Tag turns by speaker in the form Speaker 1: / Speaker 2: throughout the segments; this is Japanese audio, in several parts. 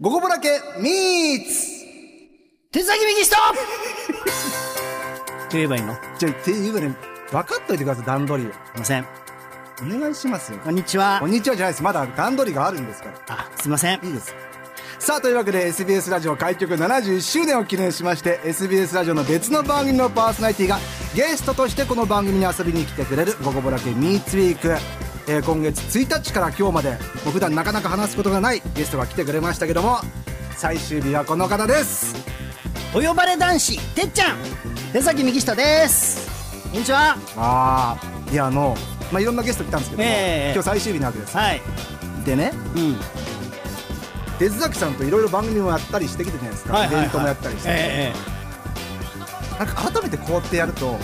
Speaker 1: 午後ぼらけミーツ
Speaker 2: 手先右下って言えばいいのす
Speaker 1: じゃあ、っていうかね、分かっといてください、段取りを。
Speaker 2: いません。
Speaker 1: お願いしますよ。
Speaker 2: こんにちは
Speaker 1: こん。にちはじゃないです。まだ段取りがあるんですから。
Speaker 2: あ、すいません。
Speaker 1: いいです。さあ、というわけで SBS ラジオ開局71周年を記念しまして、SBS ラジオの別の番組のパーソナリティがゲストとしてこの番組に遊びに来てくれる、ゴゴボラケミーツウィーク。えー今月1日から今日まで、もう普段なかなか話すことがないゲストが来てくれましたけども、最終日はこの方です。
Speaker 2: お呼ばれ男子、てっちゃん手先右下ですこんにちは
Speaker 1: ああ、いや、あの、まあ、いろんなゲスト来たんですけども、
Speaker 2: ええ
Speaker 1: 今日最終日なわけです。
Speaker 2: はい。
Speaker 1: でね、
Speaker 2: うん。
Speaker 1: 手崎さんといろいろ番組もやったりしてきたじゃないですか。イベントもやったりして。
Speaker 2: え
Speaker 1: なんか改めてこうやってやると、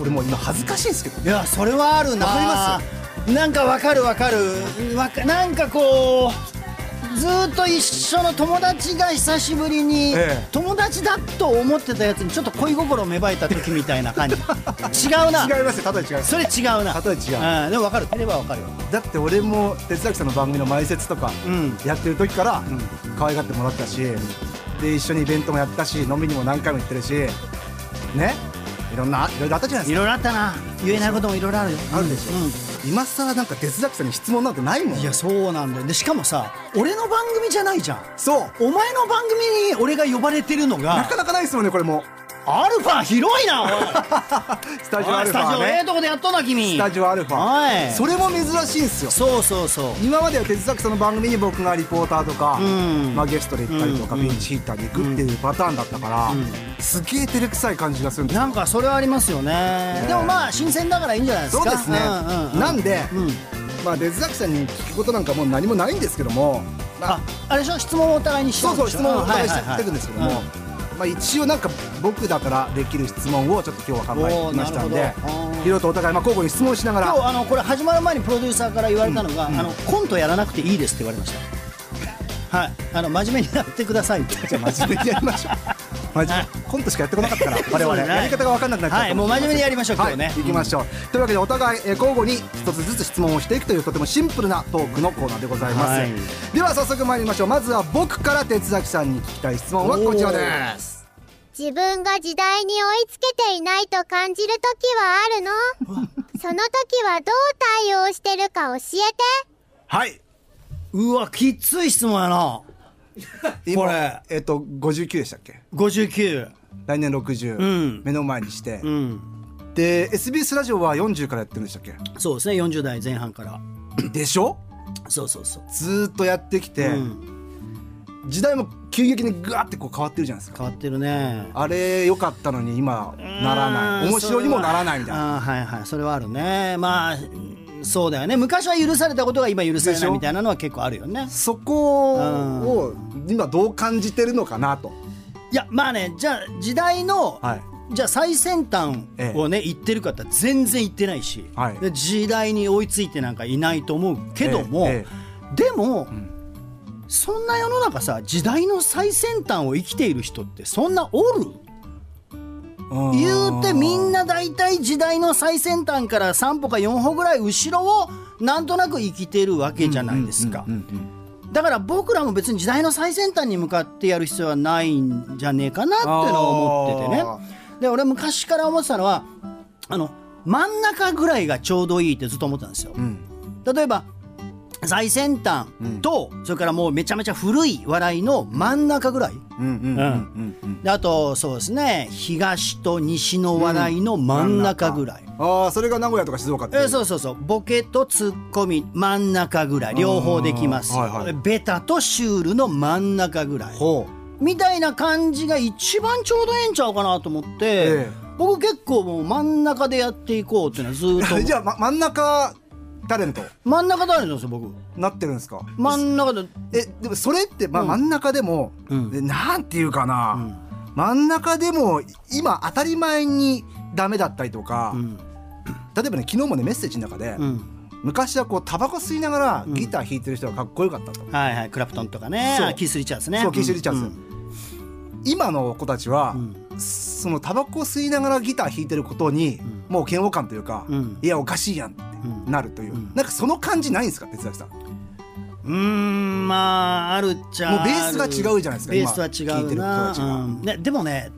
Speaker 1: 俺もう今恥ずかしいんですけど
Speaker 2: え、いや、それはあるな
Speaker 1: わかります
Speaker 2: なんかわかるわかる。わかなんかこう、ずーっと一緒の友達が久しぶりに、
Speaker 1: ええ
Speaker 2: 友達だと思ってたやつにちょっと恋心芽生えた時みたいな 感じ違うな
Speaker 1: 違いますよ、例え違います。
Speaker 2: それ違うな
Speaker 1: 例え違う
Speaker 2: うん、でも分かるあれば分かるわ
Speaker 1: だって俺も哲崎さんの番組の前説とか
Speaker 2: うん
Speaker 1: やってる時から可愛がってもらったし、で一緒にイベントもやったし飲みにも何回も行ってるしねいろんないろいろあったじゃない
Speaker 2: い
Speaker 1: です
Speaker 2: ろいろあったな言えないこともいろいろあるよ
Speaker 1: かあるでしょ、今更なんか哲崎さんに質問なんてないもん
Speaker 2: いやそうなんだよでしかもさ俺の番組じゃないじゃん
Speaker 1: そう
Speaker 2: お前の番組に俺が呼ばれてるの
Speaker 1: な
Speaker 2: が
Speaker 1: かなかないですもんねこれ も
Speaker 2: アルファ広いなおい
Speaker 1: スタジオ
Speaker 2: お
Speaker 1: ア
Speaker 2: い
Speaker 1: ル
Speaker 2: ス
Speaker 1: フ
Speaker 2: タジ
Speaker 1: ァ
Speaker 2: オええ
Speaker 1: ね
Speaker 2: とこでやっとんな君
Speaker 1: スタジオアルフ
Speaker 2: は
Speaker 1: ァ
Speaker 2: い
Speaker 1: それも珍しいんですよ
Speaker 2: そうそうそう
Speaker 1: 今までは哲崎さんの番組に僕がリポーターとか、
Speaker 2: うん
Speaker 1: まあ、ゲストで行ったりとか、
Speaker 2: うん
Speaker 1: ピンチヒッターに行くっていうパターンだったから、すげえ照れくさい感じがするんですよ
Speaker 2: なんかそれはありますよね
Speaker 1: え
Speaker 2: でもまあ新鮮だからいいんじゃないです
Speaker 1: そう
Speaker 2: か
Speaker 1: ですね、
Speaker 2: うんうんうん
Speaker 1: なんで、
Speaker 2: うん
Speaker 1: まあ、出崎さんに聞くことなんかもう何もないんですけども、ま
Speaker 2: ああれでしょ質問をお互いにしよ
Speaker 1: そうそう質問をお互いしてくんですけども、
Speaker 2: はいはいはい
Speaker 1: まあ、一応なんか僕だからできる質問をちょっと今日は考えてきましたん
Speaker 2: おー
Speaker 1: で
Speaker 2: なるほどあー
Speaker 1: いろいろとお互いまあ交互に質問しなが
Speaker 2: 今
Speaker 1: ら
Speaker 2: 日あのこれ始まる前にプロデューサーから言われたのが、あのコントやらなくていいですって言われましたはいあの真面目にやってくださいって
Speaker 1: じゃあ真面目にやりましょう真面目
Speaker 2: はい
Speaker 1: コントしかやってこなかったから我々、
Speaker 2: そうですね
Speaker 1: やり方が分かんなくなっちゃった
Speaker 2: はいもう真面目にやりましょう今日ね
Speaker 1: はい、行きましょう、というわけでお互い、えー交互に一つずつ質問をしていくというとてもシンプルなトークのコーナーでございます、
Speaker 2: はい
Speaker 1: では早速参りましょうまずは僕から哲崎さんに聞きたい質問はこちらです
Speaker 3: 自分が時代に追いつけていないと感じる時はあるのその時はどう対応してるか教えて
Speaker 1: はい。
Speaker 2: うわきつい質問やな
Speaker 1: 今
Speaker 2: これ
Speaker 1: えっと、59でしたっけ
Speaker 2: 59
Speaker 1: 来年60、
Speaker 2: ん
Speaker 1: 目の前にして、
Speaker 2: うん
Speaker 1: で SBS ラジオは40からやってるんでしたっ
Speaker 2: そうですね40代前半から
Speaker 1: けでしょ
Speaker 2: そうそうそう、
Speaker 1: ずーっとやってきて、
Speaker 2: うん、
Speaker 1: 時代も急激にグワってこう変わってるじゃないですか
Speaker 2: 変わってるね
Speaker 1: あれ良かったのに今ならない面白いにもならないみたいな
Speaker 2: なあーはいはいそれはあるねまあうんそうだよね昔は許されたことが今許され
Speaker 1: でし
Speaker 2: ない
Speaker 1: ょ
Speaker 2: みたいなのは結構あるよね
Speaker 1: そこを今どう感じてるのかなと
Speaker 2: いやまあねじゃあ時代の、
Speaker 1: はい
Speaker 2: じゃあ最先端をね、行ってる方全然行ってないし、
Speaker 1: はい
Speaker 2: で時代に追いついてなんかいないと思うけども、
Speaker 1: ええ
Speaker 2: でも、そんな世の中さ時代の最先端を生きている人ってそんなおる言うてみん
Speaker 1: な
Speaker 2: な大体時代の最先端から3歩か4歩ぐらい後ろをなんとなく生きてるわけじゃないですか。だから僕らも別に時代の最先端に向かってやる必要はないんじゃねえかなってのは思っててねで俺昔から思ってたのはあの真ん中ぐらいがちょうどいいってずっと思ってたんですよ。例えば最先端と、それからもうめちゃめちゃ古い笑いの真ん中ぐらい、であとそうですね東と西の笑いの真ん中ぐらい、
Speaker 1: ああそれが名古屋とか静岡って
Speaker 2: えーそうそうそうボケとツッコミ真ん中ぐらい両方できます、
Speaker 1: うんはいはい
Speaker 2: ベタとシュールの真ん中ぐらい
Speaker 1: ほ
Speaker 2: みたいな感じが一番ちょうどええんちゃうかなと思って、
Speaker 1: ええ
Speaker 2: 僕結構もう真ん中でやっていこうっていうのはずーっと思
Speaker 1: う
Speaker 2: う
Speaker 1: じゃあ、ま、真ん中タレント
Speaker 2: 真ん中であるんですよ 僕
Speaker 1: なってるんですか
Speaker 2: 真ん中で
Speaker 1: えでもそれって、まあ
Speaker 2: うん
Speaker 1: 真ん中でも、
Speaker 2: うん
Speaker 1: えなんていうかな、真ん中でも今当たり前にダメだったりとか、
Speaker 2: うん
Speaker 1: 例えばね昨日もねメッセージの中で、
Speaker 2: うん
Speaker 1: 昔はこうタバコ吸いながらギター弾いてる人がかっこよかったと、
Speaker 2: はいはいクラプトンとかね
Speaker 1: そう
Speaker 2: キース・リチャーズね
Speaker 1: そうキース・リチャーズ、今の子たちは、
Speaker 2: う
Speaker 1: そのタバコ吸いながらギター弾いてることに、もう嫌悪感というか、
Speaker 2: うん
Speaker 1: いやおかしいやんってなるという、なんかその感じないんですか哲崎さん
Speaker 2: うーんまああるっちゃ
Speaker 1: もうベースが違うじゃないですか
Speaker 2: ベースは違う
Speaker 1: 今聞
Speaker 2: な
Speaker 1: いてる
Speaker 2: うんね、でもね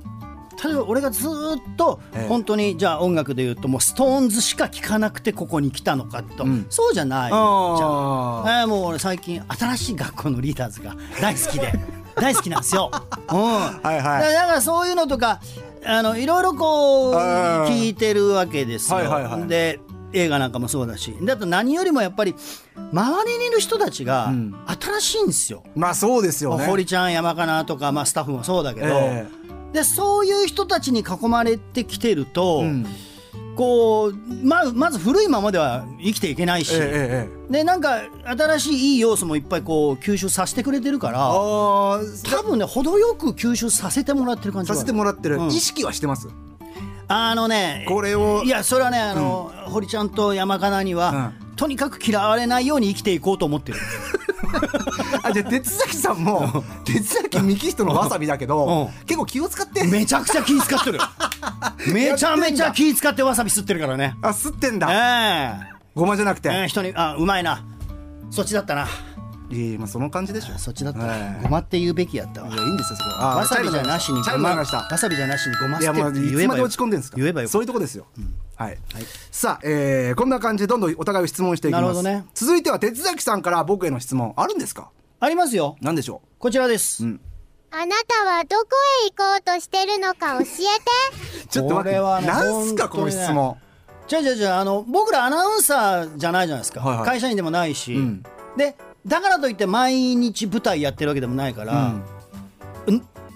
Speaker 2: 例えば俺がずーっと
Speaker 1: ええ
Speaker 2: 本当にじゃあ音楽で言うともうストーンズしか聴かなくてここに来たのかと、
Speaker 1: ん
Speaker 2: そうじゃないじゃ
Speaker 1: あー
Speaker 2: ん、えーもう俺最近新しい学校のリーダーズが大好 きで大好きなんですよ。うん
Speaker 1: はい
Speaker 2: だか
Speaker 1: は
Speaker 2: らだからそういうのとかあのいろいろこう
Speaker 1: うん
Speaker 2: 聞いてるわけですよ。
Speaker 1: はいはいはい
Speaker 2: で映画なんかもそうだしだと何よりもやっぱり周りにいる人たちが
Speaker 1: ん
Speaker 2: 新しいんですよ。
Speaker 1: いまあそうですよね
Speaker 2: 堀ちゃん山かなとか、まあ、スタッフもそうだけど、
Speaker 1: え
Speaker 2: でそういう人たちに囲まれてきてると、
Speaker 1: うん
Speaker 2: こうままず古いままでは生きていけない
Speaker 1: え
Speaker 2: し、
Speaker 1: ええええ
Speaker 2: でなんか新しいいい要素もいっぱいこう吸収させてくれてるから。
Speaker 1: あー
Speaker 2: 多分ね程よく吸収させてもらってる感じ
Speaker 1: さ
Speaker 2: は
Speaker 1: せてもらってる、
Speaker 2: うん
Speaker 1: 意識はしてます
Speaker 2: あのね
Speaker 1: これを
Speaker 2: いやそれはねあの、堀ちゃんと山かなには、とにかく嫌われないように生きていこうと思ってる
Speaker 1: あじゃあ鉄崎さんも鉄崎幹人のわさびだけど
Speaker 2: う
Speaker 1: 結構気を使って
Speaker 2: めちゃくちゃ気使っ てるめちゃめちゃ気使ってわさび吸ってるからね
Speaker 1: あ吸ってん
Speaker 2: え
Speaker 1: だごまじゃなく
Speaker 2: えええ
Speaker 1: て
Speaker 2: 人にあうまいなそっちだったない
Speaker 1: やまあその感じでしょ
Speaker 2: そっちだった
Speaker 1: え
Speaker 2: な
Speaker 1: え
Speaker 2: ごまって言うべきやったわ
Speaker 1: いやいいんですよそこはあ
Speaker 2: わさびじゃなしに
Speaker 1: チャ
Speaker 2: ご
Speaker 1: イム
Speaker 2: ま
Speaker 1: 鳴りました
Speaker 2: わさびじゃなしにごま
Speaker 1: い
Speaker 2: 吸
Speaker 1: や
Speaker 2: って
Speaker 1: も
Speaker 2: っ
Speaker 1: う
Speaker 2: て
Speaker 1: い
Speaker 2: 言
Speaker 1: つ
Speaker 2: え
Speaker 1: ま
Speaker 2: ば
Speaker 1: で
Speaker 2: よ
Speaker 1: 落ち込んでるんですか
Speaker 2: 言えばよ
Speaker 1: そういうとこですよ、はい、さあ、えーこんな感じでどんどんお互い質問していきます
Speaker 2: なるほどね
Speaker 1: 続いては鉄崎さんから僕への質問あるんですか
Speaker 2: ありますよ
Speaker 1: 何でしょ
Speaker 2: こちらです、
Speaker 3: あなたはどこへ行こうとしてるのか教えて
Speaker 1: うちょっと待って
Speaker 2: これはね
Speaker 1: 何すかこ
Speaker 2: 本
Speaker 1: の
Speaker 2: 当にね
Speaker 1: 質問
Speaker 2: じゃあじゃあじゃああの僕らアナウンサーじゃないじゃないですか、
Speaker 1: はいはい
Speaker 2: 会社員でもないし、
Speaker 1: ん
Speaker 2: でだからといって毎日舞台やってるわけでもないから、ん、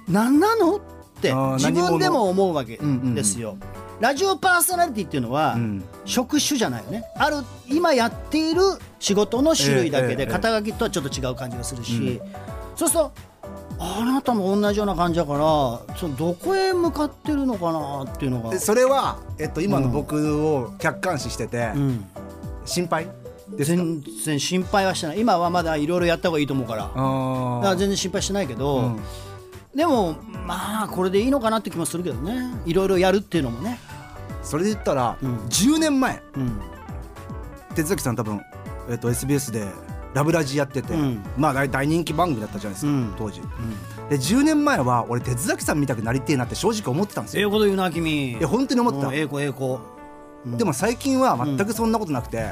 Speaker 2: 何なのって
Speaker 1: あー
Speaker 2: 自分でも思うわけ
Speaker 1: んうんうん
Speaker 2: ですよ、ラジオパーソナリティっていうのは、
Speaker 1: ん
Speaker 2: 職種じゃないよねある今やっている仕事の種類だけ
Speaker 1: えええ
Speaker 2: で
Speaker 1: え
Speaker 2: 肩書きとはちょっと違う感じがするし、そうするとあなたも同じような感じだからそのどこへ向かってるのかなっていうのが
Speaker 1: で。それは、えっと、今の僕を客観視してて、
Speaker 2: うん
Speaker 1: 心配ですか
Speaker 2: 全然心配はしてない今はまだいろいろやった方がいいと思うからだか
Speaker 1: あ
Speaker 2: ら
Speaker 1: ー
Speaker 2: 全然心配してないけど、
Speaker 1: ん
Speaker 2: でもまあこれでいいのかなって気もするけどねいろいろやるっていうのもね、
Speaker 1: それで言ったら、
Speaker 2: うん
Speaker 1: 10年前
Speaker 2: うん、
Speaker 1: 鉄崎さん多分、えっと、SBS で「ラブラジ」やってて、
Speaker 2: うん
Speaker 1: まあ大大人気番組だったじゃないですか、
Speaker 2: うん
Speaker 1: 当時、で10年前は俺鉄崎さんみたくなりてえなって正直思ってたんです
Speaker 2: ええ
Speaker 1: よ
Speaker 2: こと言うな君
Speaker 1: いや本当に思ってた、
Speaker 2: うんええ子ええ子
Speaker 1: でも最近は全くそんなことなくて、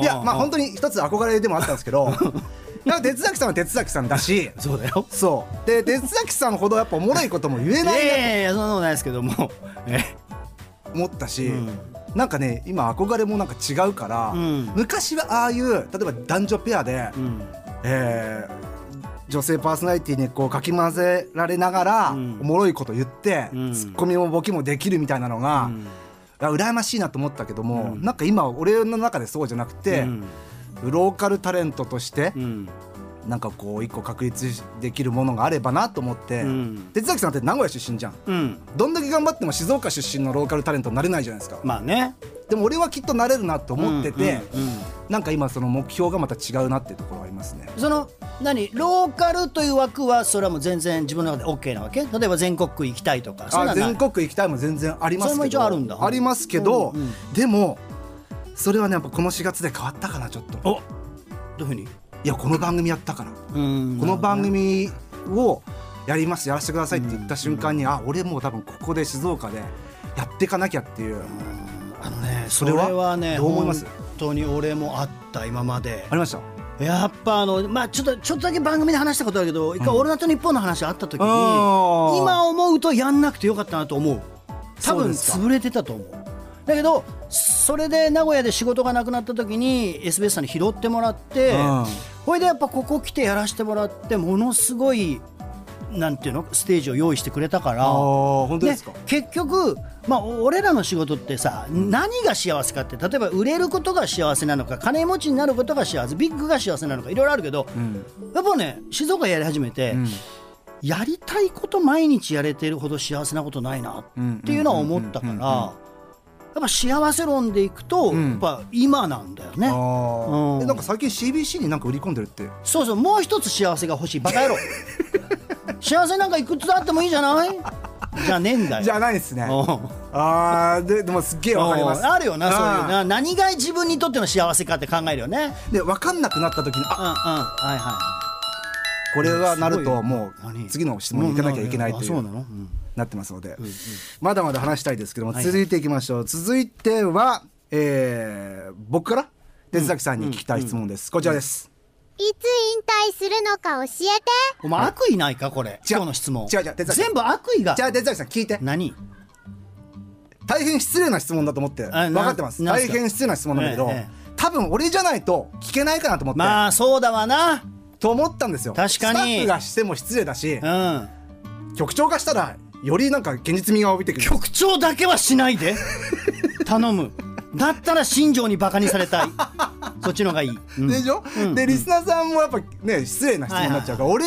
Speaker 1: いやまあ本
Speaker 2: 当
Speaker 1: 当に一つ憧れでもあったんですけどなんか鉄崎さんは鉄崎さんだし
Speaker 2: そうだよ
Speaker 1: そうで鉄崎さんほどやっぱおもろいことも言え
Speaker 2: いや
Speaker 1: ないいな
Speaker 2: やいやそんなことないですけどもえ
Speaker 1: と思ったし、
Speaker 2: うん
Speaker 1: なんかね今憧れもなんか違うから、
Speaker 2: うん
Speaker 1: 昔はああいう例えば男女ペアで、
Speaker 2: うん
Speaker 1: えー女性パーソナリティにこうかき混ぜられながら、
Speaker 2: ん
Speaker 1: おもろいこと言って、
Speaker 2: うん
Speaker 1: ツッコミもボケもできるみたいなのが、
Speaker 2: うん
Speaker 1: いや羨ましいなと思ったけども、なんか今俺の中でそうじゃなくて、
Speaker 2: うん
Speaker 1: ローカルタレントとして
Speaker 2: う、ん
Speaker 1: なんかこう一個確立できるものがあればなと思って、
Speaker 2: うん
Speaker 1: 鉄崎さんって名古屋出身じゃん
Speaker 2: うん
Speaker 1: どんだけ頑張っても静岡出身のローカルタレントになれないじゃないですか、
Speaker 2: まあね
Speaker 1: でも俺はきっとなれるなと思ってて、
Speaker 2: うんうんうん
Speaker 1: なんか今その目標がまた違うなってところありますね
Speaker 2: その何ローカルという枠はそれはもう全然自分の中で OK なわけ例えば全国区行きたいとかそんな
Speaker 1: あ
Speaker 2: のは
Speaker 1: 全
Speaker 2: ない
Speaker 1: 国区行きたいも全然ありますけど
Speaker 2: それも一応あるんだ
Speaker 1: ありますけど、
Speaker 2: うんうん
Speaker 1: でもそれはねやっぱこの4月で変わったかなちょっと
Speaker 2: おどういうふうに
Speaker 1: いやこの番組やったから、
Speaker 2: うん
Speaker 1: この番組をやりますやらせてくださいって言った瞬間に、あ俺もう多分ここで静岡でやっていかなきゃっていう、
Speaker 2: あのね
Speaker 1: そ
Speaker 2: そ
Speaker 1: れ
Speaker 2: れ
Speaker 1: は
Speaker 2: はね
Speaker 1: どう思います
Speaker 2: 本当に俺もあった今まで
Speaker 1: ありました
Speaker 2: やっぱあのまあちょっとちょっとだけ番組で話したことあるけど一回「オールナイトニッポン」の話あった時に、
Speaker 1: あー
Speaker 2: 今思うとやんなくてよかったなと思う多
Speaker 1: そう
Speaker 2: 分
Speaker 1: ですか
Speaker 2: 潰れてたと思うだけどそれで名古屋で仕事がなくなった時に SBS さんに拾ってもらって
Speaker 1: うん
Speaker 2: ほいでやっぱここ来てやらせてもらってものすごいなんていうのステージを用意してくれたか
Speaker 1: あ
Speaker 2: ら
Speaker 1: ー本当ですか
Speaker 2: 結局、まあ、お俺らの仕事ってさ、何が幸せかって例えば売れることが幸せなのか金持ちになることが幸せビッグが幸せなのかいろいろあるけど、
Speaker 1: ん
Speaker 2: やっぱね静岡やり始めて、
Speaker 1: ん
Speaker 2: やりたいこと毎日やれてるほど幸せなことないなっていうのは思ったからやっぱ幸せ論でいくと、
Speaker 1: ん
Speaker 2: やっぱ今なんだよね。
Speaker 1: あ
Speaker 2: う
Speaker 1: あ
Speaker 2: ん
Speaker 1: なんか最近 CBC になんか売り込んでるって
Speaker 2: そうそうもう一つ幸せが欲しいバ カ野郎幸せなんかいくつだってもいいじゃないじゃねえんだよ
Speaker 1: じゃないですね
Speaker 2: うん
Speaker 1: あーででもすっげえわかります
Speaker 2: あるよなそういう
Speaker 1: あ
Speaker 2: な何が自分にとっての幸せかって考えるよね
Speaker 1: ーで分かんなくなった時に
Speaker 2: う
Speaker 1: あ
Speaker 2: んうんはいは
Speaker 1: これはなる
Speaker 2: すごい
Speaker 1: と
Speaker 2: よ
Speaker 1: もう
Speaker 2: 何
Speaker 1: 次の質問に行かなきゃいけないとい
Speaker 2: うんあそううなのうん
Speaker 1: なってますのでまだまだ話したいですけども
Speaker 2: はい
Speaker 1: 続いていきましょう続いてはえー僕から哲崎さんに聞きたい質問ですこちらです
Speaker 3: いつ引退するのか教えて
Speaker 2: お前悪意ないかこれ今日の質問
Speaker 1: 違う違う哲崎
Speaker 2: 全部悪意が
Speaker 1: じゃあ哲崎さん聞いて
Speaker 2: 何
Speaker 1: 大変失礼な質問だと思って
Speaker 2: あな
Speaker 1: 分かってます
Speaker 2: なん
Speaker 1: 大
Speaker 2: すか
Speaker 1: 変失礼な質問なんだけど
Speaker 2: えええ
Speaker 1: 多分俺じゃないと聞けないかなと思って
Speaker 2: まあそうだわな
Speaker 1: と思ったんですよ
Speaker 2: 確
Speaker 1: スタ
Speaker 2: かに
Speaker 1: ッフがしても失礼だし
Speaker 2: うん
Speaker 1: 局長がしたらよりなんか現実味が帯びてくる
Speaker 2: 局長だけはしない で頼むだったら新庄にバカにされたいそっちのがいい、うん
Speaker 1: でしょ、でリスナーさんもやっぱね失礼な質問になっちゃうから、俺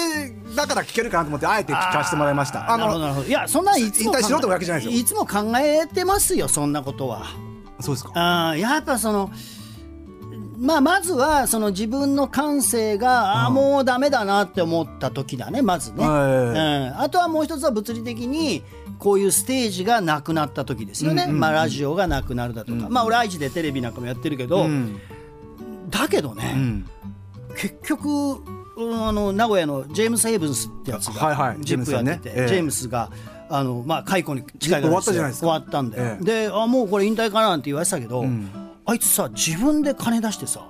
Speaker 1: だから聞けるかなと思ってあえて聞かせてもらいました
Speaker 2: なるほどなるほどいやそんなんいつも
Speaker 1: 引退しろって
Speaker 2: 考え
Speaker 1: わけじゃないですよ
Speaker 2: いつも考えてますよそんなことは
Speaker 1: そうですか
Speaker 2: あーやっぱそのまあまずはその自分の感性が、あーもうダメだなって思った時だねまずね、
Speaker 1: はい
Speaker 2: うん、あとはもう一つは物理的にこういうステージがなくなった時ですよね、まあ、ラジオがなくなるだとか、まあ俺愛知でテレビなんかもやってるけど、
Speaker 1: うん
Speaker 2: だけどね、
Speaker 1: うん
Speaker 2: 結局うんあの名古屋のジェームス・ヘイブンスってやつが、
Speaker 1: はいはい
Speaker 2: ジップやってて
Speaker 1: ジェームスさんねええ
Speaker 2: ジェ,、ームスがあの、まあ、解雇に近いか
Speaker 1: ジ
Speaker 2: ら
Speaker 1: ップ終わったじゃないですか
Speaker 2: 終わったんだよ、
Speaker 1: ええ
Speaker 2: であもうこれ引退かなって言われてたけど、あいつさ自分で金出してさ、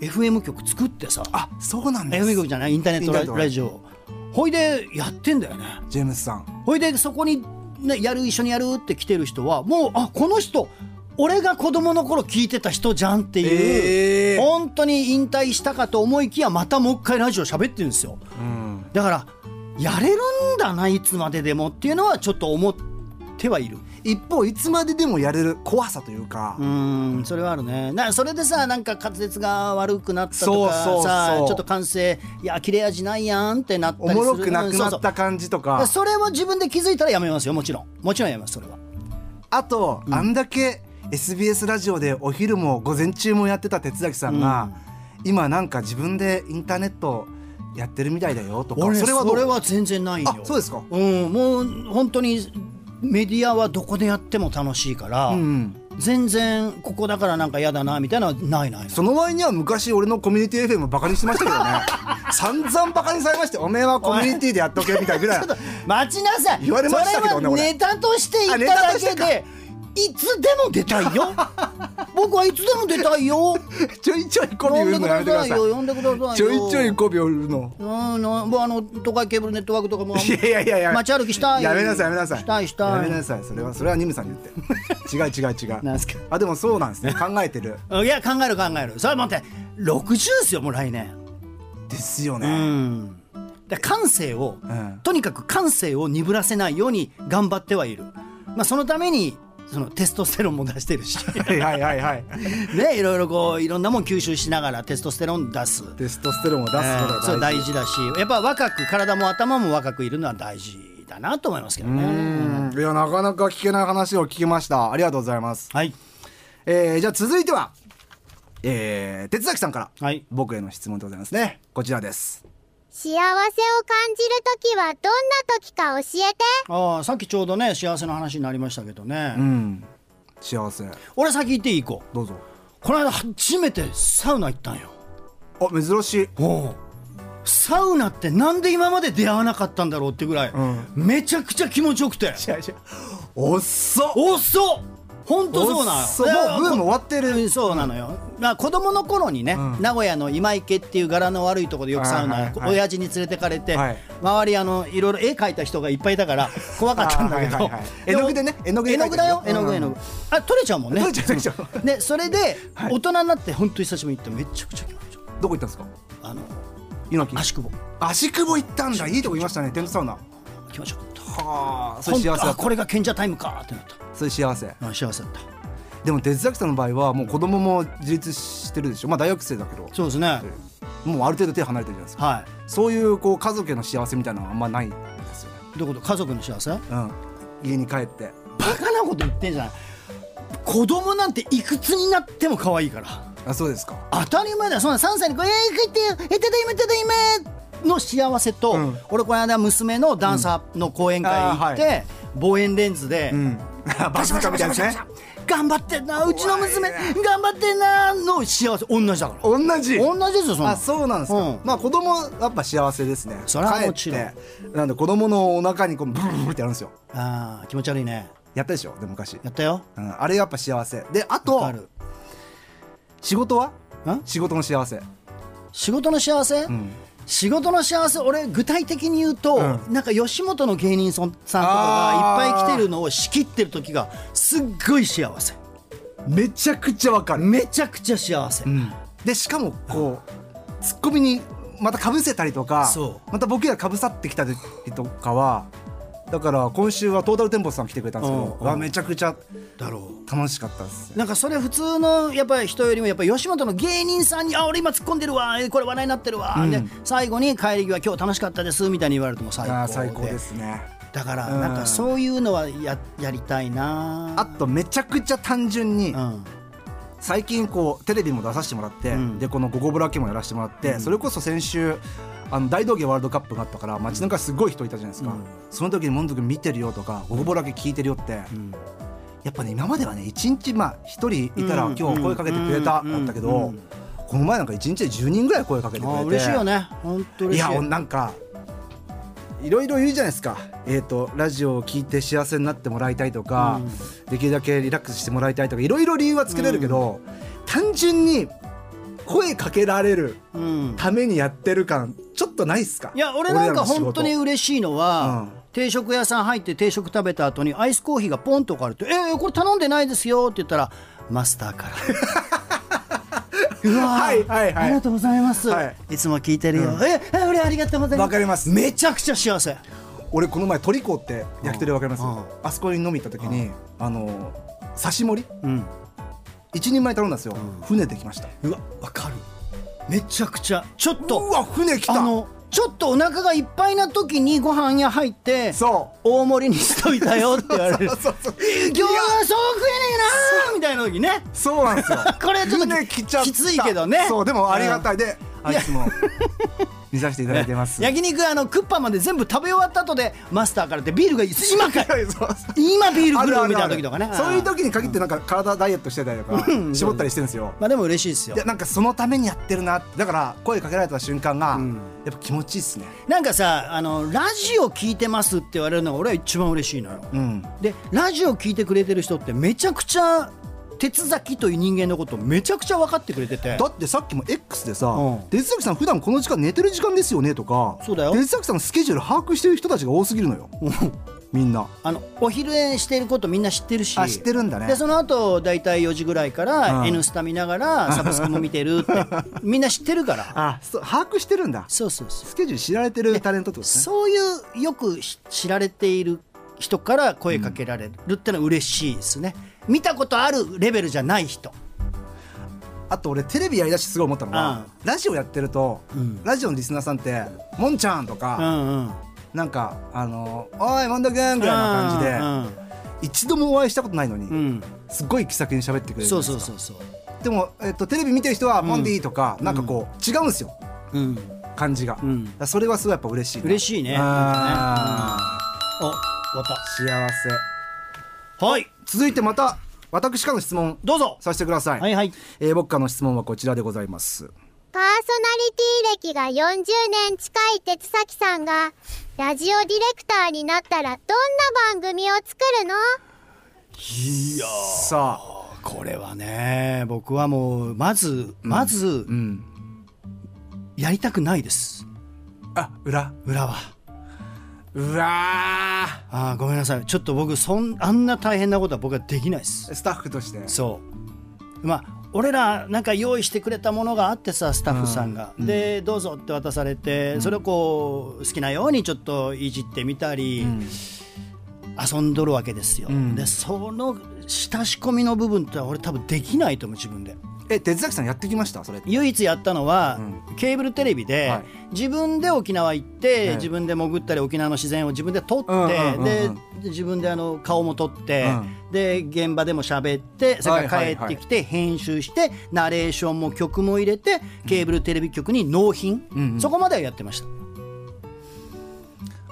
Speaker 2: FM 曲作ってさ
Speaker 1: あそうなんです
Speaker 2: FM 曲じゃないインターネット
Speaker 1: インターネット
Speaker 2: ラ
Speaker 1: ラ
Speaker 2: ラ
Speaker 1: ジ
Speaker 2: ジオほいでやってんだよね
Speaker 1: ジェームスさん
Speaker 2: ほいでそこに、ね、やる一緒にやるって来てる人はもうあこの人俺が子供の頃聞いてた人じゃんっていう、
Speaker 1: えー
Speaker 2: 本当に引退したかと思いきやまたもう一回ラジオ喋ってるんですよ
Speaker 1: うん
Speaker 2: だからやれるんだないつまででもっていうのはちょっと思ってはいる
Speaker 1: 一方いつまででもやれる怖さというか、
Speaker 2: うーんそれはあるねなそれでさなんか滑舌が悪くなったとかさ
Speaker 1: そうそうそう
Speaker 2: ちょっと感性いや切れ味ないやんってなった
Speaker 1: お
Speaker 2: りする
Speaker 1: もろくな
Speaker 2: うん
Speaker 1: く
Speaker 2: そ
Speaker 1: な
Speaker 2: うそう
Speaker 1: った感じと
Speaker 2: だから
Speaker 1: か
Speaker 2: それは自分で気づいたらやめますよもちろんもちろんやめますそれは
Speaker 1: あと、あんだけ SBS ラジオでお昼も午前中もやってた哲崎さんが、今なんか自分でインターネットやってるみたいだよとか
Speaker 2: 俺
Speaker 1: それはど
Speaker 2: それ
Speaker 1: う
Speaker 2: は全然ないよ
Speaker 1: あそうですか
Speaker 2: うんもう本当にメディアはどこでやっても楽しいから、
Speaker 1: ん
Speaker 2: 全然ここだからなんか嫌だなみたいなのはないないない
Speaker 1: その前には昔俺のコミュニティ FM バカにしてましたけ どね散々バカにされましておめえはコミュニティでやっとけみたいなぐらい
Speaker 2: 待ちなさい
Speaker 1: 言われましたけどね
Speaker 2: それは
Speaker 1: 俺
Speaker 2: ネタとして言った
Speaker 1: あネタ
Speaker 2: だ
Speaker 1: として
Speaker 2: け
Speaker 1: か
Speaker 2: でいつでも出たい よ僕はいつでも出たいよ
Speaker 1: ちょいちょいコビ売
Speaker 2: 呼ん
Speaker 1: る
Speaker 2: で
Speaker 1: の
Speaker 2: く
Speaker 1: やめて
Speaker 2: だ
Speaker 1: くださ
Speaker 2: さい
Speaker 1: い
Speaker 2: よ呼んでくださいよ
Speaker 1: ちょいちょいコビ売るの
Speaker 2: うん、なもうあの東海ケーブルネットワークとかも
Speaker 1: いやいやいやいや
Speaker 2: 街歩きしたい
Speaker 1: やめなさいやめなさい
Speaker 2: したいしたい
Speaker 1: やめなさいそれはそれはニムさんに言って 違う違う違う
Speaker 2: なんすか
Speaker 1: あでもそうなんですね考えてる
Speaker 2: いや考える考えるそれは待って60ですよもう来年
Speaker 1: ですよね、
Speaker 2: うんだから感性を、
Speaker 1: ん
Speaker 2: とにかく感性を鈍らせないように頑張ってはいる、まあ、そのためにそのテストステロンも出して るし
Speaker 1: はいはいはいはい
Speaker 2: ねいろいろこういろんなもん吸収しながらテストステロン出す
Speaker 1: テストステロンを出すこと
Speaker 2: え
Speaker 1: が
Speaker 2: ー
Speaker 1: 大事、
Speaker 2: そう大事だしやっぱ若く体も頭も若くいるのは大事だなと思いますけどね
Speaker 1: うんいやなかなか聞けない話を聞きましたありがとうございます、
Speaker 2: はい
Speaker 1: えー、じゃあ続いては、えー、哲崎さんから、
Speaker 2: はい
Speaker 1: 僕への質問でございますねこちらです
Speaker 3: 幸せを感じるときはどんな時か教えて
Speaker 2: ああさっきちょうどね幸せの話になりましたけどね、
Speaker 1: うん幸せ
Speaker 2: 俺先行っていい子
Speaker 1: どうぞ
Speaker 2: この間初めてサウナ行ったんよ
Speaker 1: あ珍しい
Speaker 2: おうサウナってなんで今まで出会わなかったんだろうってぐらい、
Speaker 1: ん
Speaker 2: めちゃくちゃ気持ちよくて
Speaker 1: おっそ
Speaker 2: おっそう本当そうなの
Speaker 1: おっそうもうブーム終わってる
Speaker 2: うんそうなのよ、まあ、子供の頃にね、名古屋の今池っていう柄の悪いところでよくサウナ、
Speaker 1: はいはいはい
Speaker 2: 親父に連れてかれて、
Speaker 1: はい
Speaker 2: 周りあのいろいろ絵描いた人がいっぱいい たから怖かったんだけ
Speaker 1: あーは
Speaker 2: ど
Speaker 1: いはいはい絵の具でね
Speaker 2: 絵
Speaker 1: 絵
Speaker 2: の
Speaker 1: の
Speaker 2: 具
Speaker 1: 具で描いてる
Speaker 2: だよ
Speaker 1: うん
Speaker 2: 絵の具絵の具あ取れちゃう もんね
Speaker 1: 取れちゃう取れちゃう
Speaker 2: うんでそれで大人になって本当に久しぶりに行ってめちゃくちゃ気持ちよかっ
Speaker 1: どこ行ったんですか
Speaker 2: たあの
Speaker 1: 猪木
Speaker 2: 足くぼ
Speaker 1: 足久保行ったんだいいとこいましたねテントサウナ
Speaker 2: 気持ちよかった
Speaker 1: はあそれ
Speaker 2: 本
Speaker 1: 幸せ
Speaker 2: 当
Speaker 1: だ
Speaker 2: あこれが賢者タイムかってなった
Speaker 1: それ幸せ
Speaker 2: あ幸せだった
Speaker 1: でも哲崎さんの場合はもう子供も自立してるでしょまあ大学生だけど
Speaker 2: そうですね
Speaker 1: もうある程度手離れてるじゃないですか
Speaker 2: は
Speaker 1: そういうこう家族への幸せみたいなのはあんまないんですよね
Speaker 2: いどういうこと家族の幸せバ
Speaker 1: うん家に帰って
Speaker 2: カなこと言ってんじゃない子供なんていくつになっても可愛いから
Speaker 1: あそうですか
Speaker 2: 当たり前だよそんな3歳にこう「えー、帰ってよえただいまただいま」の幸せと、
Speaker 1: ん
Speaker 2: 俺この間娘のダンサーの講演会行って、望遠レンズで、
Speaker 1: んバズーカみたいなね
Speaker 2: 頑張ってんなうちの娘頑張ってんなの幸せ同じだから
Speaker 1: 同じ
Speaker 2: 同じですよそんな
Speaker 1: あ
Speaker 2: の
Speaker 1: そうなんですか、
Speaker 2: うん
Speaker 1: まあ子供やっぱ幸せですね
Speaker 2: それはもちろん
Speaker 1: 帰ってなんで子供のお腹にこうブルブルってやるんですよ
Speaker 2: あー気持ち悪いね
Speaker 1: やったでしょで昔、
Speaker 2: やったよ
Speaker 1: うん、あれやっぱ幸せであと
Speaker 2: わかる
Speaker 1: 仕事は
Speaker 2: ん
Speaker 1: 仕事の幸せ
Speaker 2: 仕事の幸せ、
Speaker 1: ん
Speaker 2: 仕事の幸せ俺具体的に言うと、
Speaker 1: うん
Speaker 2: なんか吉本の芸人さんとかがいっぱい来てるのを仕切ってる時がすっごい幸せ
Speaker 1: めちゃくちゃわかる、
Speaker 2: めちゃくちゃ幸せ、
Speaker 1: でしかもこうツッコミにまたかぶせたりとか
Speaker 2: そう
Speaker 1: また僕らかぶさってきた時とかはだから今週はトータルテンボスさん来てくれたんですけ
Speaker 2: うん
Speaker 1: ど、
Speaker 2: うん
Speaker 1: わめちゃくちゃ
Speaker 2: だろう
Speaker 1: 楽しかったですね
Speaker 2: なんかそれ普通のやっぱり人よりもやっぱ吉本の芸人さんに「あ俺今突っ込んでるわえこれ話題になってるわ」で最後に「帰り際今日楽しかったです」みたいに言われても最高
Speaker 1: あ
Speaker 2: で
Speaker 1: ー最高ですね
Speaker 2: だから
Speaker 1: うん
Speaker 2: なんかそういうのはややりたいな
Speaker 1: あとめちゃくちゃ単純に、
Speaker 2: うん
Speaker 1: 最近こうテレビも出させてもらって、
Speaker 2: ん
Speaker 1: でこの「ゴゴブラ」系もやらせてもらって、それこそ先週あの大道芸ワールドカップがあったから街中すごい人いたじゃないですか、その時にモンド君見てるよとか「ゴゴブラ」系聞いてるよって、やっぱね今まではね一日まあ一人いたら
Speaker 2: うん
Speaker 1: 今日声かけてくれた、
Speaker 2: うん
Speaker 1: だったけど、
Speaker 2: うん
Speaker 1: この前なんか一日で10人ぐらい声かけてくれ
Speaker 2: あ
Speaker 1: て
Speaker 2: ー嬉しいよね本当
Speaker 1: い
Speaker 2: 嬉しい
Speaker 1: やなんかいろいろ言うじゃないですか、えー、とラジオを聞いて幸せになってもらいたいとか、できるだけリラックスしてもらいたいとかいろいろ理由はつけれるけど、単純に声かけられる
Speaker 2: うん
Speaker 1: ためにやってる感ちょっとないっすか
Speaker 2: いや俺なん
Speaker 1: ら
Speaker 2: か
Speaker 1: の仕事
Speaker 2: 本当に嬉しいのは、
Speaker 1: うん
Speaker 2: 定食屋さん入って定食食べた後にアイスコーヒーがポンと置かれて「えー、これ頼んでないですよ」って言ったら「マスタ ーから」うわー
Speaker 1: はいはいはい
Speaker 2: ありがとうございます、
Speaker 1: はい
Speaker 2: い、つも聞いてるよ、ええ俺ありがとうございま
Speaker 1: わ
Speaker 2: す
Speaker 1: かります
Speaker 2: めちゃくちゃ幸せ
Speaker 1: 俺この前トリコって焼き鳥わかります、
Speaker 2: うんうん
Speaker 1: あそこに飲み行った時に、あの刺し盛り
Speaker 2: うん
Speaker 1: 一人前頼んだんですよ、船できました
Speaker 2: うわわかるめちゃくちゃちょっ
Speaker 1: う
Speaker 2: と
Speaker 1: わ船来た
Speaker 2: あのちょっとお腹がいっぱいな時にご飯屋入って
Speaker 1: そう
Speaker 2: 大盛りにしといたよって言われ る
Speaker 1: そうそう
Speaker 2: 今日はそう食えねえなーみたいな時ね
Speaker 1: そうなんですよ
Speaker 2: これちょっと
Speaker 1: 船来ちゃった
Speaker 2: きついけどね
Speaker 1: そうでもありがたいで、あいつも見させていただいてます
Speaker 2: 焼肉あのクッパまで全部食べ終わった後でマスターからってビールが今かい
Speaker 1: はいそうそう
Speaker 2: 今ビール
Speaker 1: あ
Speaker 2: 来
Speaker 1: る
Speaker 2: る
Speaker 1: あ
Speaker 2: み
Speaker 1: る
Speaker 2: たい
Speaker 1: あ
Speaker 2: な時とかね
Speaker 1: るそういう時に限ってなんか体ダイエットしてたりとか絞ったりしてるんですよ
Speaker 2: まあでも嬉しいですよ
Speaker 1: いやなんかそのためにやってるなってだから声かけられた瞬間がやっぱ気持ちいいっすね
Speaker 2: なんかさあのラジオ聞いてますって言われるのが俺は一番嬉しいのよ、
Speaker 1: うん
Speaker 2: でラジオ聞いてくれてる人ってめちゃくちゃ鉄崎という人間のことめちゃくちゃ分かってくれてて
Speaker 1: だってさっきも X でさ
Speaker 2: うん
Speaker 1: 「鉄崎さん普段この時間寝てる時間ですよね」とか
Speaker 2: そうだよ
Speaker 1: 鉄崎さんのスケジュール把握してる人たちが多すぎるのよみんな
Speaker 2: あのお昼寝してることみんな知ってるし
Speaker 1: あ知ってるんだね
Speaker 2: でその後だいたい4時ぐらいから
Speaker 1: うん
Speaker 2: 「N スタ」見なが らサブスクも見てるってみんな知ってるから
Speaker 1: あそう把握してるんだ
Speaker 2: そうそうそう
Speaker 1: スケジュール知られてるタレントってことですね
Speaker 2: そういうよくし知られている人から声かけられるってのは嬉しいですね、見たことあるレベルじゃない人
Speaker 1: あと俺テレビやりだしてすごい思ったのは、ラジオやってると、ラジオのリスナーさんって「もんちゃん」と
Speaker 2: う
Speaker 1: か、
Speaker 2: んうん
Speaker 1: なんか「あのおいもんどくん」ぐらいな感じで、一度もお会いしたことないのに、
Speaker 2: うんうん
Speaker 1: すっごい気さくに喋ってくれるじゃな
Speaker 2: そう
Speaker 1: いです
Speaker 2: そ
Speaker 1: か
Speaker 2: うそうそう
Speaker 1: でも、えっと、テレビ見てる人は「もんでいい」とか、なんかこう違うんですよ
Speaker 2: うん
Speaker 1: 感じが、
Speaker 2: ん
Speaker 1: だからそれはすごいやっぱ嬉しいな
Speaker 2: 嬉しいね
Speaker 1: あ
Speaker 2: お終わ
Speaker 1: ー
Speaker 2: っ
Speaker 1: 幸せ
Speaker 2: たはい
Speaker 1: 続いてまた私からの質問
Speaker 2: どうぞ
Speaker 1: させてください、
Speaker 2: はいはい
Speaker 1: えー僕からの質問はこちらでございます
Speaker 3: パーソナリティ歴が40年近い鉄崎さんがラジオディレクターになったらどんな番組を作るの
Speaker 2: いや
Speaker 1: さあ
Speaker 2: これはね僕はもうまずまず、
Speaker 1: ん
Speaker 2: やりたくないです
Speaker 1: あ裏
Speaker 2: 裏は
Speaker 1: うわー
Speaker 2: あーごめんなさいちょっと僕そんあんな大変なことは僕はできないです
Speaker 1: スタッフとして
Speaker 2: そうまあ俺らなんか用意してくれたものがあってさスタッフさんが、でどうぞって渡されて、それをこう好きなようにちょっといじってみたり、遊んどるわけですよ、
Speaker 1: ん
Speaker 2: でその親し込みの部分って俺多分できないと思う自分で
Speaker 1: え鉄崎さんやってきましたそれって
Speaker 2: 唯一やったのは、ケーブルテレビで、
Speaker 1: はい
Speaker 2: 自分で沖縄行って、自分で潜ったり沖縄の自然を自分で撮って、
Speaker 1: うんうんうんうん
Speaker 2: で自分であの顔も撮って、で現場でも喋ってそれから帰ってきて、編集してナレーションも曲も入れてケーブルテレビ局に納品、
Speaker 1: うんうん
Speaker 2: そこまではやってました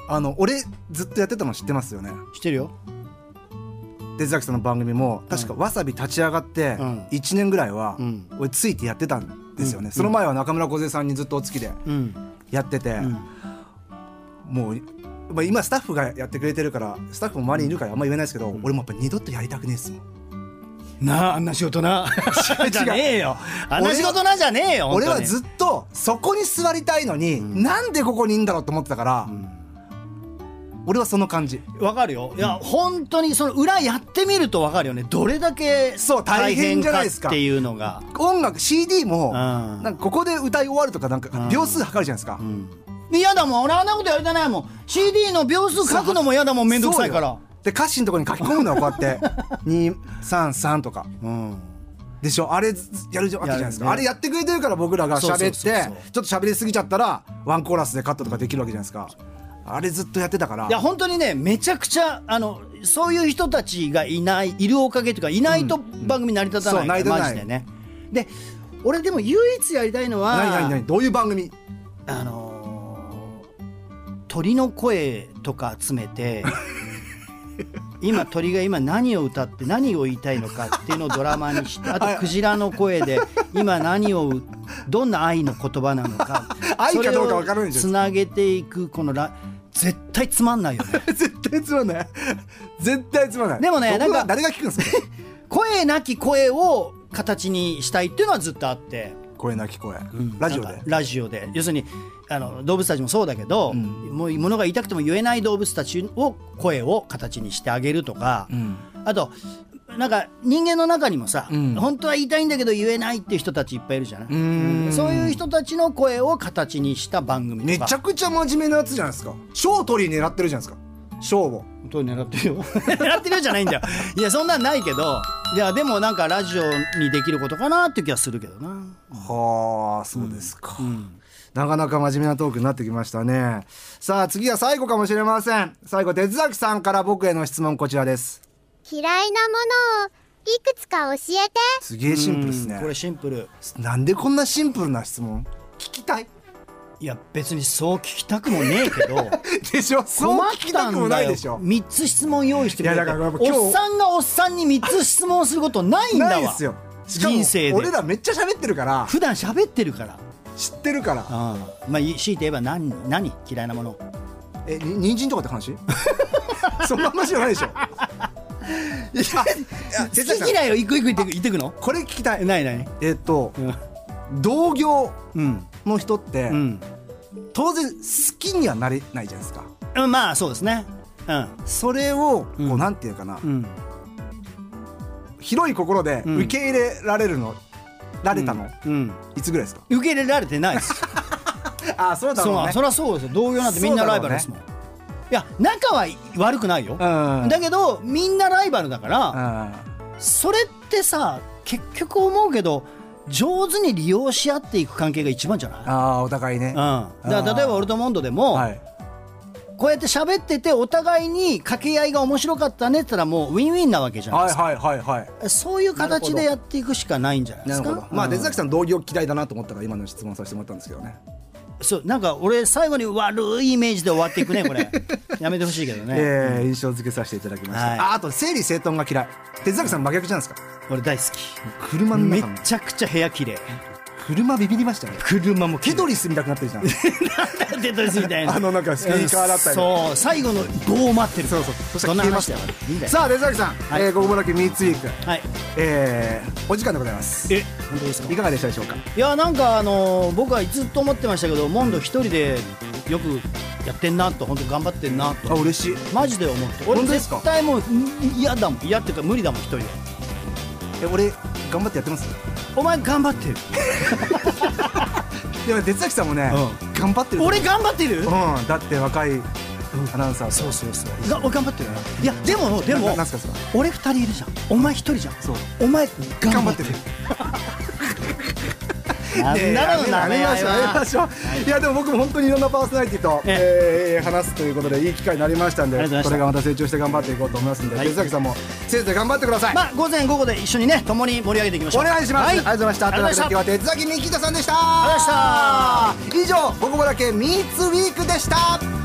Speaker 1: あの俺ずっとやってたの知ってますよね
Speaker 2: 知ってるよ
Speaker 1: 出崎さんの番組も確かわさび立ち上がって
Speaker 2: うん
Speaker 1: 1年ぐらいは
Speaker 2: うん
Speaker 1: 俺ついてやってたんですよね、その前は中村梢さんにずっとお付きで
Speaker 2: うん
Speaker 1: やってて、もう、まあ、今スタッフがやってくれてるからスタッフも周りにいるからあんま言えないですけど、俺もやっぱ二度とやりたくねえですもん
Speaker 2: なああんな仕事 な じゃねえよあん
Speaker 1: 俺
Speaker 2: な
Speaker 1: は
Speaker 2: 仕事なじゃねえよ
Speaker 1: 俺は
Speaker 2: っ
Speaker 1: ずっとそこに座りたいのに、なんでここにいんだろうと思ってたから、俺はその感じ
Speaker 2: わかるよいや、本当にその裏やってみるとわかるよねどれだけ
Speaker 1: そう大変じゃないですか
Speaker 2: 大変っていうのが
Speaker 1: 音楽 CD も、
Speaker 2: ん
Speaker 1: なんかここで歌い終わるとかなんか秒数測るじゃないですか、
Speaker 2: で嫌だもん俺あんなことやりたないもん CD の秒数書くのも嫌だもんめんどくさいから
Speaker 1: そうよで歌詞のとこに書き込むのはこうやって「233」とか
Speaker 2: うん
Speaker 1: でしょあれずやるじゃわけじゃないですか、
Speaker 2: や
Speaker 1: あ
Speaker 2: る
Speaker 1: れ
Speaker 2: ね
Speaker 1: やってくれてるから僕らが喋って
Speaker 2: そうそうそうそう
Speaker 1: ちょっと喋りすぎちゃったらワンコーラスでカットとかできるわけじゃないですかあれずっとやってたから
Speaker 2: いや本当にねめちゃくちゃあのそういう人たちがいないいるおかげというかいないと番組成り立たないから、
Speaker 1: うんそう成り立た
Speaker 2: マ
Speaker 1: ない
Speaker 2: ジでねで俺でも唯一やりたいのは
Speaker 1: 何何何どういう番組
Speaker 2: あのー鳥の声とか集め て今鳥が今何を歌って何を言いたいのかっていうのをドラマにしてあとクジラの声で今何をどんな愛の言葉なのか
Speaker 1: 愛かどうか分からないじゃん
Speaker 2: つなげていくこのラ絶対つまんないよ ね
Speaker 1: 絶対つまんない 絶対つまんない
Speaker 2: でもね
Speaker 1: どこが
Speaker 2: なんか
Speaker 1: 誰が聞くんです か
Speaker 2: 声なき声を形にしたいっていうのはずっとあって。
Speaker 1: 声なき声、ラジオ
Speaker 2: なん
Speaker 1: で
Speaker 2: かラジオで要するにあの動物たちもそうだけど、もう物が言いたくても言えない動物たちを声を形にしてあげるとか、あとなんか人間の中にもさ、
Speaker 1: ん
Speaker 2: 本当は言いたいんだけど言えないっていう人たちいっぱいいるじゃない、
Speaker 1: ん
Speaker 2: そういう人たちの声を形にした番組と
Speaker 1: め
Speaker 2: か
Speaker 1: ちゃくちゃ真面目なやつじゃないですか賞取り狙ってるじゃないですか賞を
Speaker 2: 本当に狙ってるよ 狙ってるよじゃないんだ よいやそんなんないけどいやでもなんかラジオにできることかなっていう気はするけどな。
Speaker 1: はあそうですか、なかなか真面目なトークになってきましたねさあ次が最後かもしれません最後哲崎さんから僕への質問こちらです
Speaker 3: 嫌いなものをいくつか教えて
Speaker 1: すげえシンプルですね
Speaker 2: これシンプル
Speaker 1: なんでこんなシンプルな質問聞きたい
Speaker 2: いや別にそう聞きたくもねえけど
Speaker 1: でしょそう
Speaker 2: 困っ
Speaker 1: 聞きた
Speaker 2: た
Speaker 1: く
Speaker 2: ん
Speaker 1: もな
Speaker 2: だ
Speaker 1: い
Speaker 2: よ
Speaker 1: でしょ
Speaker 2: 3つ質問用意してくれ
Speaker 1: い
Speaker 2: て
Speaker 1: やだからやっぱ今日
Speaker 2: おっさんがおっさんに3つ質問することないんだわ
Speaker 1: ないですよしかも
Speaker 2: 人生で
Speaker 1: 俺らめっちゃ喋ってるから
Speaker 2: 普段喋ってるから
Speaker 1: 知ってるから
Speaker 2: まあい強いて言えば何何嫌いなもの
Speaker 1: えに人参とかって話 そんな話じゃないでしょ哲
Speaker 2: 好
Speaker 1: 也さん
Speaker 2: き嫌いを一個一個言ってく言ってくの
Speaker 1: これ聞きたい
Speaker 2: ないない
Speaker 1: えっと
Speaker 2: うん
Speaker 1: 同業
Speaker 2: うん
Speaker 1: の人って、
Speaker 2: うん
Speaker 1: 当然好きにはなれないじゃないですか
Speaker 2: うんまあそうですねうん
Speaker 1: それをこう、
Speaker 2: うん
Speaker 1: なんていうかな、
Speaker 2: うん
Speaker 1: 広い心で
Speaker 2: うん
Speaker 1: 受け入れられるの、られたの、
Speaker 2: うん
Speaker 1: いつぐらいですか
Speaker 2: 受け入れられてな いです
Speaker 1: あそうだ
Speaker 2: そ
Speaker 1: ろう
Speaker 2: う
Speaker 1: ね
Speaker 2: そりゃそうですよ同業なんてみんなライバルですもん、いや仲は悪くないよ、
Speaker 1: うん
Speaker 2: だけどみんなライバルだから、
Speaker 1: う
Speaker 2: それってさ結局思うけど上手に利用し合っていく関係が一番じゃない
Speaker 1: ん、あーお互いね、
Speaker 2: うん、だから例えばオルトモンドでも、
Speaker 1: はい、
Speaker 2: こうやって喋っててお互いに掛け合いが面白かったねって言ったらもうウィンウィンなわけじゃな
Speaker 1: は
Speaker 2: い
Speaker 1: い
Speaker 2: ですか、
Speaker 1: はいはいはい
Speaker 2: そういう形でやっていくしかないんじゃないで
Speaker 1: な
Speaker 2: す
Speaker 1: る
Speaker 2: か
Speaker 1: ほど、まあ
Speaker 2: うん
Speaker 1: 出崎さん同業嫌いだなと思ったから今の質問させてもらったんですけどね
Speaker 2: そうなんか俺最後に悪いイメージで終わっていくねこれやめてほしいけどね、
Speaker 1: えー印象付けさせていただきました、
Speaker 2: はい
Speaker 1: ああと整理整頓が嫌い哲崎さん真逆じゃないですか
Speaker 2: 俺大好き
Speaker 1: 車の
Speaker 2: め
Speaker 1: 中も
Speaker 2: ちゃくちゃ部屋綺麗
Speaker 1: 車ビビりましたね
Speaker 2: 車も
Speaker 1: テ
Speaker 2: 綺
Speaker 1: トリスみたくなって るじゃん
Speaker 2: 麗デトリスみたいな
Speaker 1: あのなんかスピーカーだったり
Speaker 2: そう最後の棒を待ってる
Speaker 1: そうそうそしたら
Speaker 2: んな
Speaker 1: 消えま
Speaker 2: 話
Speaker 1: した
Speaker 2: だ
Speaker 1: よ
Speaker 2: よいいんだよ
Speaker 1: さあ出崎さん、
Speaker 2: い
Speaker 1: えー、ここもだけ3つウィーク、
Speaker 2: はい
Speaker 1: えー、お時間でございます
Speaker 2: え本当ですか
Speaker 1: いかがでしたでしょうか
Speaker 2: いやなんかあのー僕はずっと思ってましたけどモンド一人でよくやってんなと本当頑張ってんな
Speaker 1: あ
Speaker 2: と
Speaker 1: 嬉しい
Speaker 2: マジで思う
Speaker 1: 本
Speaker 2: 俺
Speaker 1: 当ですか
Speaker 2: 絶対もううん嫌だもん嫌っていうか無理だもん一人で
Speaker 1: え俺頑張ってやってます
Speaker 2: お前頑張ってる
Speaker 1: でも哲崎さんもね、
Speaker 2: う
Speaker 1: 頑張ってる
Speaker 2: 俺頑張って
Speaker 1: う
Speaker 2: る
Speaker 1: んだって若いアナウンサー
Speaker 2: そうそううそうが頑張ってるないやでもで
Speaker 1: な
Speaker 2: も
Speaker 1: なんすかそれ
Speaker 2: 俺二人いるじゃんお前一人じゃん
Speaker 1: そう
Speaker 2: お前
Speaker 1: 頑
Speaker 2: 頑
Speaker 1: 張
Speaker 2: 張
Speaker 1: っ
Speaker 2: ってて
Speaker 1: る
Speaker 2: るなんだろうな
Speaker 1: やめましょうやめましょういやでも僕も本当にいろんなパーソナリティと、えー話すということでいい機会になりましたん
Speaker 2: あ
Speaker 1: で
Speaker 2: りがとうございました
Speaker 1: これがまた成長して頑張っていこうと思いますんで
Speaker 2: はい
Speaker 1: 哲崎さんもせいぜい頑張ってください
Speaker 2: まあ午前午後で一緒にね共に盛り上げていきましょ
Speaker 1: お
Speaker 2: う
Speaker 1: 願いします、
Speaker 2: は
Speaker 1: ありがとうございました
Speaker 2: ありがとうございました
Speaker 1: というわけで今日は哲崎みきたさんでした
Speaker 2: あ
Speaker 1: 以上ここだけミーツウィークでした